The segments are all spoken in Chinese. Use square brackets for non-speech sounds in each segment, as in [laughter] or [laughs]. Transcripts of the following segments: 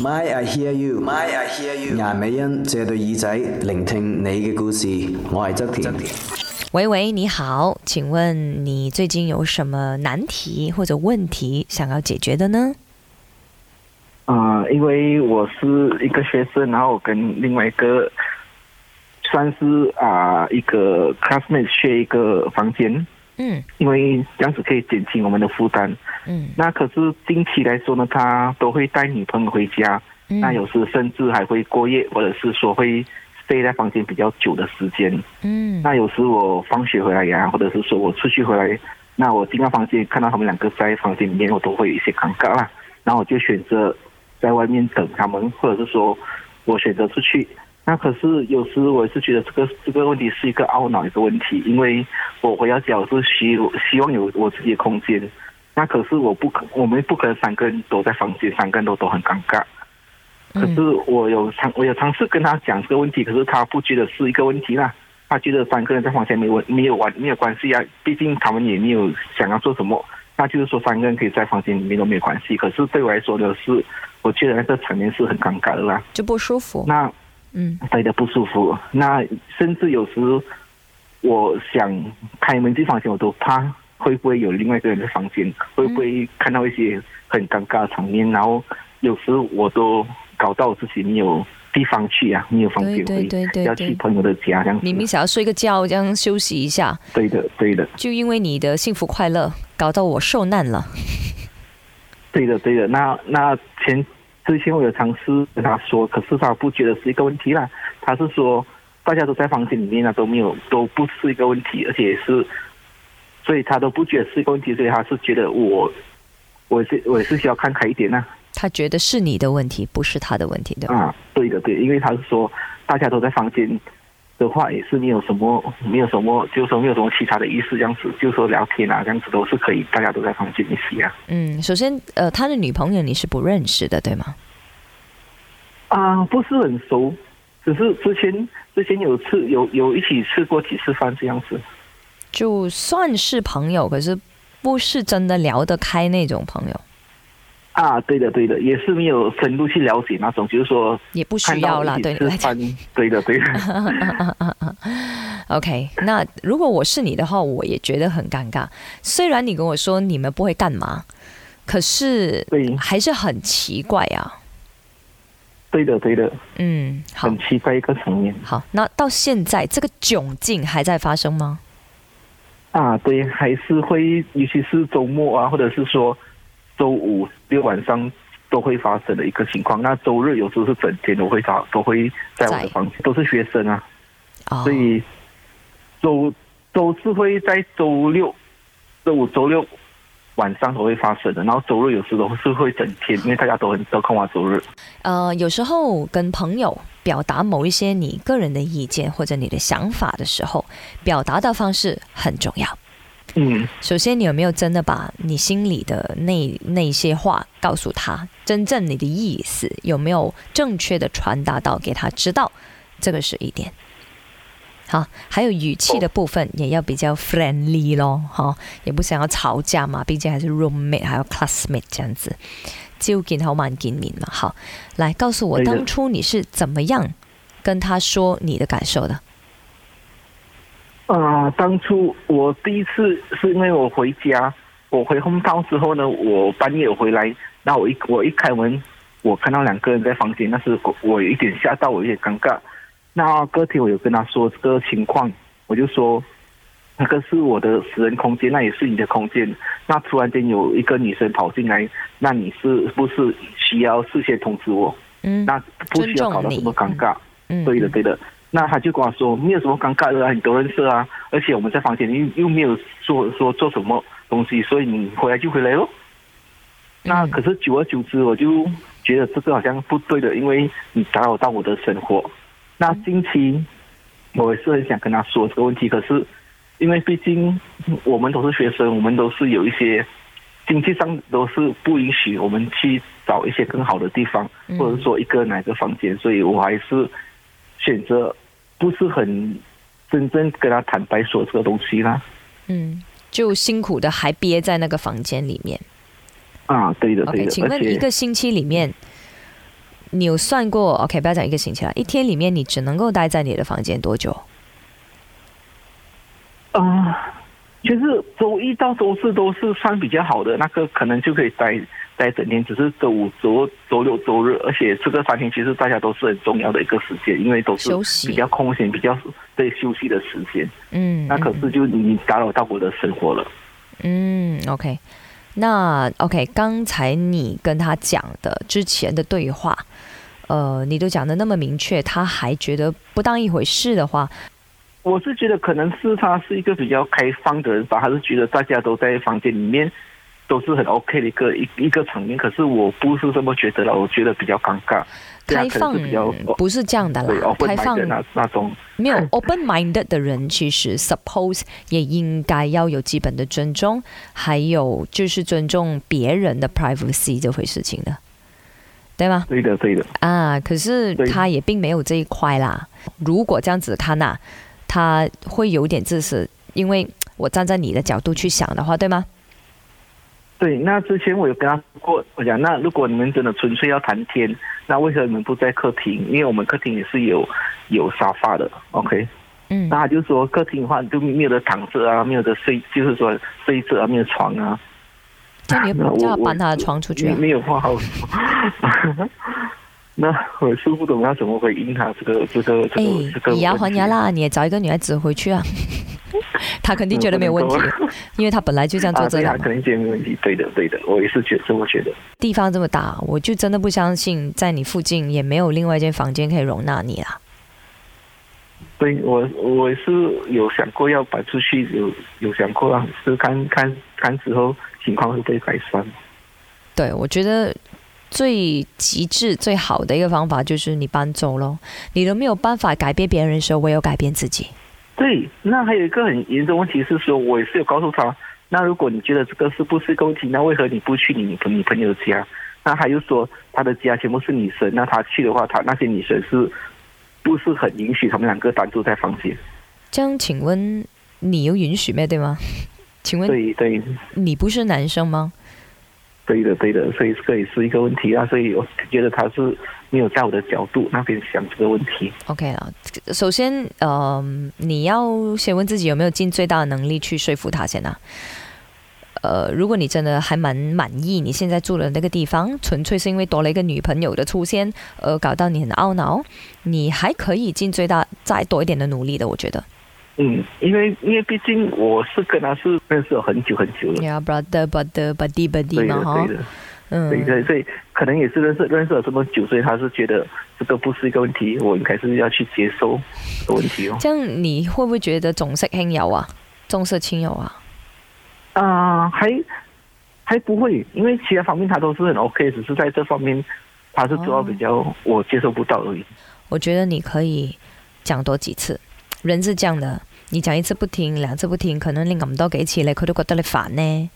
My I hear you. My I hear you. 顏美欣借對耳仔聆聽你嘅故事，我係側田。喂喂，你好，请问你最近有什么难题或者问题想要解决的呢？啊、因为我是一个学生，然后我跟另外一个算是啊、一个 classmate 学一个房间，嗯因为这样子可以减轻我们的负担。嗯那可是近期来说呢，他都会带女朋友回家，嗯，那有时甚至还会过夜，或者是说会 stay 在房间比较久的时间。嗯那有时我放学回来呀、或者是说我出去回来，那我进到房间看到他们两个在房间里面，我都会有一些尴尬啦。然后我就选择在外面等他们，或者是说我选择出去。那可是有时我是觉得这个这个问题是一个懊恼一个问题，因为我回到家我是希希望有我自己的空间，那可是我不可我们不可能三个人都在房间，三个人都都很尴尬。可嗯是我有尝，我有尝试跟他讲这个问题，可是他不觉得是一个问题啦。他觉得三个人在房间没问没有完没有关系啊，毕竟他们也没有想要做什么。那就是说三个人可以在房间里面都没有关系。可是对我来说呢，是我觉得那个场面是很尴尬的啦。就不舒服。那嗯待的不舒服，那甚至有时我想开门进房间，我都怕会不会有另外一个人在房间，会不会看到一些很尴尬的场面，然后有时我都搞到我自己没有地方去啊，没有房间对对对对回，要去朋友的家这样子。明明想要睡个觉，这样休息一下，对的，对的，就因为你的幸福快乐搞到我受难了。对的，对的。那那前之前我有尝试跟他说，可是他不觉得是一个问题啦。他是说大家都在房间里面啊，都没有都不是一个问题，而且是，所以他都不觉得是一个问题，所以他是觉得我我是我是需要看开一点呐他觉得是你的问题，不是他的问题，对吧？啊对的，对，因为他是说大家都在房间。的话也是没有什么，没有什么，就是说没有什么其他的意思，这样子，就是说聊天啊，这样子都是可以，大家都在房间一起啊。嗯，首先，呃，他的女朋友你是不认识的，对吗？啊、不是很熟，只是之前之前有吃有有一起吃过几次饭这样子。就算是朋友，可是不是真的聊得开那种朋友，啊，对的对的，也是没有深入去了解那种，就是说也不需看到要啦，一对起你吃来讲。饭， [laughs] 对 [laughs] 的对的， OK，那如果我是你的话，我也觉得很尴尬。虽然你跟我说你们不会干嘛，可是对还是很奇怪啊。对的对的，嗯，好很奇怪一个层面好，那到现在这个窘境还在发生吗？啊，对，还是会，尤其是周末啊，或者是说周五六晚上。都会发生的一个情况。那周日有时候是整天都会发，都会在我在的房间，都是学生啊，哦所，以周周是会在周六、周五、周六晚上都会发生的，然后周日有时都是会整天，因为大家都很都空啊，周日。呃，有时候跟朋友表达某一些你个人的意见或者你的想法的时候，表达的方式很重要。嗯，首先，你有没有真的把你心里的那那些话告诉他？真正你的意思有没有正确的传达到给他知道？这个是一点。好，还有语气的部分也要比较 friendly 咯，哈、也不想要吵架嘛，毕竟还是 roommate 还有 classmate 这样子，朝见口晚见面嘛。好，来告诉我对的当初你是怎么样跟他说你的感受的？啊、当初我第一次是因为我回家，我回 home town 之后呢，我半夜回来，那我一我一开门，我看到两个人在房间，那时我我有一点吓到，我有点尴尬。那隔天我有跟他说这个情况，我就说那个是我的私人空间，那也是你的空间。那突然间有一个女生跑进来，那你是不是需要事先通知我？嗯那不需要搞到这么尴尬。嗯，哎对的，对的。那他就跟我说，没有什么尴尬的啊，你都认识啊，而且我们在房间里又又没有说说做什么东西，所以你回来就回来咯。那嗯可是久而久之，我就觉得这个好像不对的，因为你打扰到我的生活。那嗯近期我也是很想跟他说这个问题，可是因为毕竟我们都是学生，我们都是有一些经济上都是不允许我们去找一些更好的地方，嗯或者说一个哪个房间，所以我还是选择不是很真正跟他坦白说这个东西啦。嗯，就辛苦的还憋在那个房间里面。啊，对的，对 OK，的，请而问一且个星期里面，你有算过？OK，不要讲一个星期了，一天里面你只能够待在你的房间多久？嗯、就是周一到周四都是算比较好的，那个可能就可以待待整天，只是周五、周周六、周日，而且这个三天其实大家都是很重要的一个时间，因为都是休息比较空闲、比较对休息的时间。嗯，那可是就你打扰到我的生活了。嗯，OK，那 OK，刚才你跟他讲的之前的对话，呃，你都讲的那么明确，他还觉得不当一回事的话，我是觉得可能是他是一个比较开放的人吧，他是觉得大家都在房间里面都是很 OK 的一个一一个场面，可是我不是这么觉得了，我觉得比较尴尬。对啊开放可能是比较不是这样的对啊啦， open 开 mind 放的那那种。没嗯有 open minded 的人，其实 suppose 也应该要有基本的尊重，还有就是尊重别人的 privacy 这回事情的，对吗？对的，对的，啊，可是对他也并没有这一块啦。如果这样子看呐、他会有点自私，因为我站在你的角度去想的话，对吗？对。那之前我有跟他说过，我讲那如果你们真的纯粹要谈天，那为什么你们不在客厅？因为我们客厅也是有有沙发的，OK。嗯那他就说客厅的话你就没有的躺着啊，没有的睡，就是说睡着啊，没有床啊，叫你那我叫他我搬他的床出去、没啊。没有话好说。 [laughs] 那我是不懂要怎么回应他这个这个这哎个这，个。以牙还牙。啦，你也找一个女孩子回去啊。 [laughs] 他肯定觉得没有问题嗯 [laughs] 不能，因为他本来就这样做啊，这对啊，样嘛可。能解没问题。对的，对的，我也是觉得这么觉得。地方这么大，我就真的不相信在你附近也没有另外一间房间可以容纳你啦。对我，我是有想过要摆出去，有有想过啊，是看看看之后情况会不会改善。对，我觉得最极致、最好的一个方法就是你搬走咯。你都没有办法改变别人的时候，唯有改变自己。对，那还有一个很严重的问题是说，我也是有告诉他，那如果你觉得这个是不是一个问题，那为何你不去你你朋友家？那他又说他的家全部是女生，那他去的话，他那些女生是不是很允许他们两个单独在房间？这样，请问你有允许咩？对吗？请问对对你不是男生吗？对的对的，所以这个也是一个问题啊，所以我觉得他是没有在我的角度那边想这个问题。 OK 啦，首先，嗯，你要先问自己有没有尽最大的能力去说服他先啊。呃，如果你真的还蛮满意你现在住的那个地方，纯粹是因为多了一个女朋友的出现而搞到你很懊恼，你还可以尽最大再多一点的努力的，我觉得。嗯，因为因为毕竟我是跟他是认识了很久很久了， Yeah, brother, brother, buddy, 嗯对 buddy 的嘛哈对，的。对嗯，对，所以可能也是认识认识了这么久，所以他是觉得这个不是一个问题，我应该是要去接受的问题哦。这样你会不会觉得重色轻友啊？重色轻友啊？啊、还还不会，因为其他方面他都是很 OK，只是在这方面他是做到比较我接受不到而已。我觉得你可以讲多几次，人是这样的，你讲一次不听，两次不听，可能你咁多几次咧，佢都覺得你煩呢。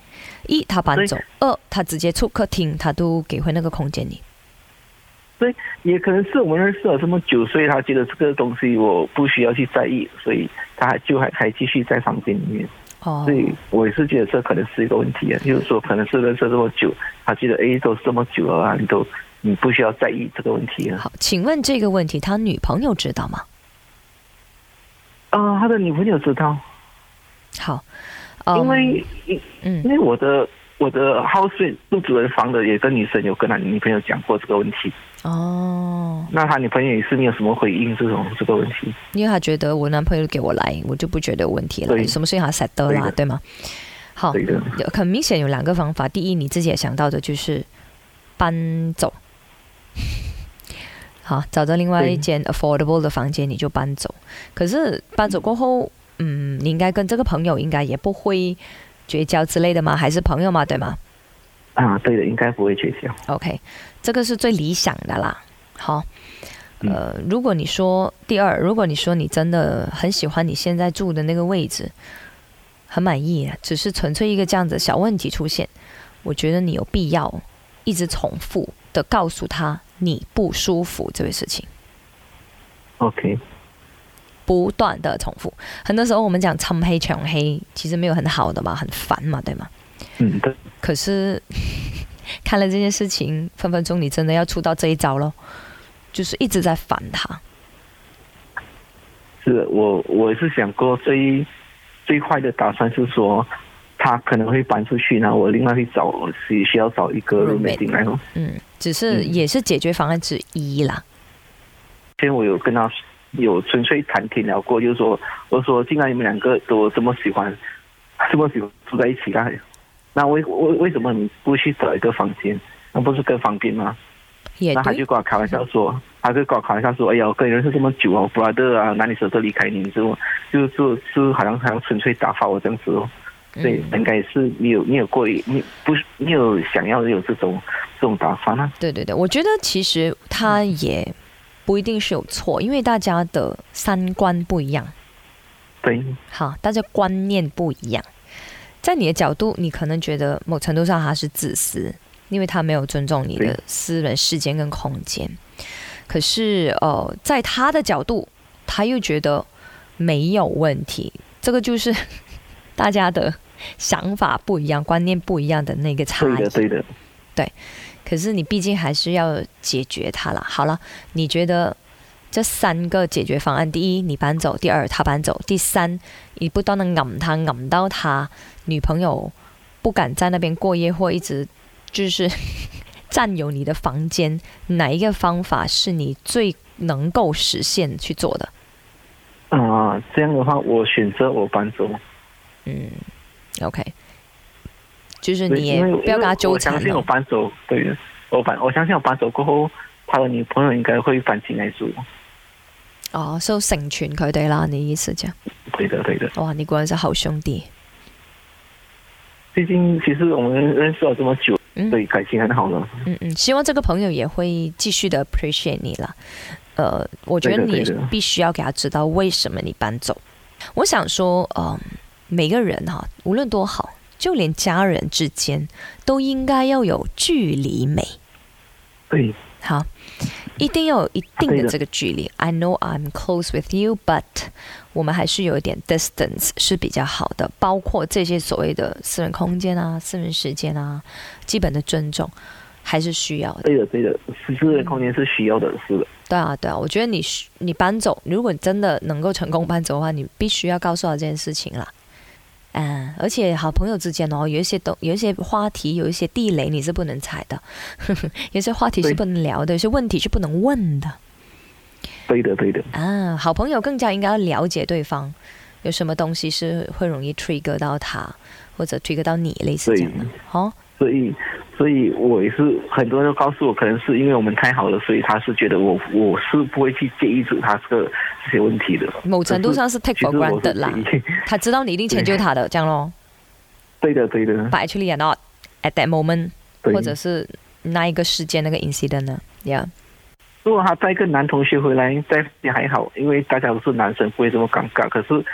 一，他搬走；二，他直接出客厅，他都给回那个空间你。所以也可能是我们认识了这么久，所以他觉得这个东西我不需要去在意，所以他还就还还继续在房间里面。哦所，以我也是觉得这可能是一个问题啊，就是说可能是认识了这么久，他觉得诶都是这么久了啊，你都你不需要在意这个问题啊。好，请问这个问题，他女朋友知道吗？啊、他的女朋友知道，好，嗯因为、嗯哦因为我的我的 housemate 住主人房的也跟女生有跟他女朋友讲过这个问题，哦，那他女朋友也是没有什么回应这种这个问题。因为他觉得我男朋友给我来，我就不觉得有问题了，对有什么事情他 set 得对啦，的对吗？好，对的，有很明显有两个方法，第一你自己也想到的就是搬走，好，找到另外一间 affordable 的房间你就搬走。可是搬走过后，嗯，你应该跟这个朋友应该也不会绝交之类的嘛，还是朋友嘛，对吗？啊，对的，应该不会取消。 OK，这个是最理想的啦。好，呃，如果你说第二，如果你说你真的很喜欢你现在住的那个位置，很满意，只是纯粹一个这样子的小问题出现，我觉得你有必要一直重复的告诉他你不舒服这个事情。 OK，不断的重复，很多时候我们讲长黑长黑，其实没有很好的嘛，很烦嘛，对吗？嗯，对， [laughs] 可是看了这件事情，分分钟你真的要出到这一招喽。就是一直在烦他。是我我是想过最最坏的打算是说，他可能会搬出去，然后我另外去找需需要找一个 Roommate roommate 进来哦。嗯，只是嗯也是解决方案之一啦。因为我有跟他有纯粹谈天聊过，就是说，我说既然你们两个都这么喜欢，这么喜欢住在一起啦，那为为为什么你不去找一个房间？那不是更方便吗？也那他就对，跟我开玩笑说，他就跟我开玩笑说，哎呀，我跟你认识这么久啊，我 brother 啊，哪里舍得离开你？之后就是就是好像好像纯粹打发我这样子哦。对，嗯，应该也是你有你有过一你不是你有想要有这种这种打算啊？对对对，我觉得其实他也不一定是有错，因为大家的三观不一样。对，好，大家观念不一样。在你的角度，你可能觉得某程度上他是自私，因为他没有尊重你的对私人时间跟空间。可是，呃，在他的角度，他又觉得没有问题。这个就是 [laughs] 大家的想法不一样、观念不一样的那个差对的异。对的，可是你毕竟还是要解决它啦。好了，你觉得这三个解决方案：第一，你搬走；第二，他搬走；第三，你不断的揞他，揞到他女朋友不敢在那边过夜，或一直就是 [laughs] 占有你的房间。哪一个方法是你最能够实现去做的？啊、这样的话我选择我搬走。嗯，OK，就是对你也因为不要跟他因为纠我相缠信我了。搬走，对的，我搬我相信我搬走过后，他的女朋友应该会搬进来住。哦，所以成全佢哋啦，你意思讲？对的，对的。哇，你果然是好兄弟。毕竟其实我们认识了这么久，嗯。对感情很好了。嗯嗯，希望这个朋友也会继续的 appreciate 你了。呃，我觉对得的你对的必须要给他知道为什么你搬走。我想说，嗯、每个人哈、无论多好，就连家人之间都应该要有距离美，对，好，一定要有一定对的的这个距离。I know I'm close with you, but 我们还是有一点 distance 是比较好的，包括这些所谓的私人空间啊、私人时间啊、基本的尊重，还是需要的。对的，对的，私私人空间是需要的，是的。对啊，对啊，我觉得你需你搬走，如果你真的能够成功搬走的话，你必须要告诉他这件事情啦。嗯，而且好朋友之间哦，有一些东，有一些话题，有一些地雷你是不能踩的， [laughs] 有些话题是对不能聊的，有些问题是不能问的对的，对的，啊。好朋友更加应该要了解对方，有什么东西是会容易 trigger 到他，或者 trigger 到你，类似这样的。哦，所以，所以我也是很多人都告诉我，可能是因为我们太好了，所以他是觉得我我是不会去介意住他这个这些问题的。某程度上是 take 其 for 实我是 granted 啦，介意。他知道你一定迁就他的，这样咯。对的，对的， But actually you're not at that moment。对或。者是那一个事件那个 incident 呢？Yeah，如果他带一个男同学回来，在也还好，因为大家都是男生，不会这么尴尬。可是，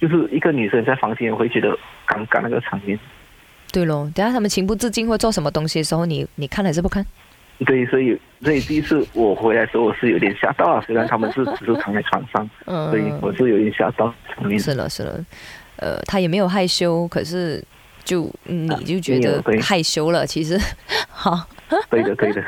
就是一个女生在房间，我会觉得尴尬那个场面。对咯。等下他们情不自禁会做什么东西的时候，你你看还是不看？对，所以所以第一次我回来的时候，我是有点吓到了。啊虽然他们是只是躺在床上，所以我嗯，是有点吓到场面。是了是了，呃，他也没有害羞，可是就嗯你就觉啊没得有对害羞了，其实 [laughs] 好。对 [laughs] 的，对的，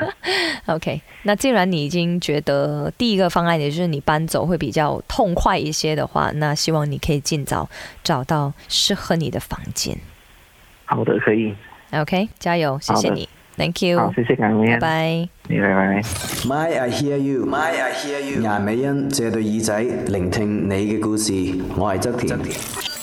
OK，那既然你已经觉得第一个方案也就是你搬走会比较痛快一些的话，那希望你可以尽早找到适合你的房间。好的，可以。 OK，加油，谢谢好的你，Thank 好， you，谢谢感恩，拜拜。你拜拜。 My I hear you, My I hear you。顏美欣借對耳仔聆聽你嘅故事，我係側田。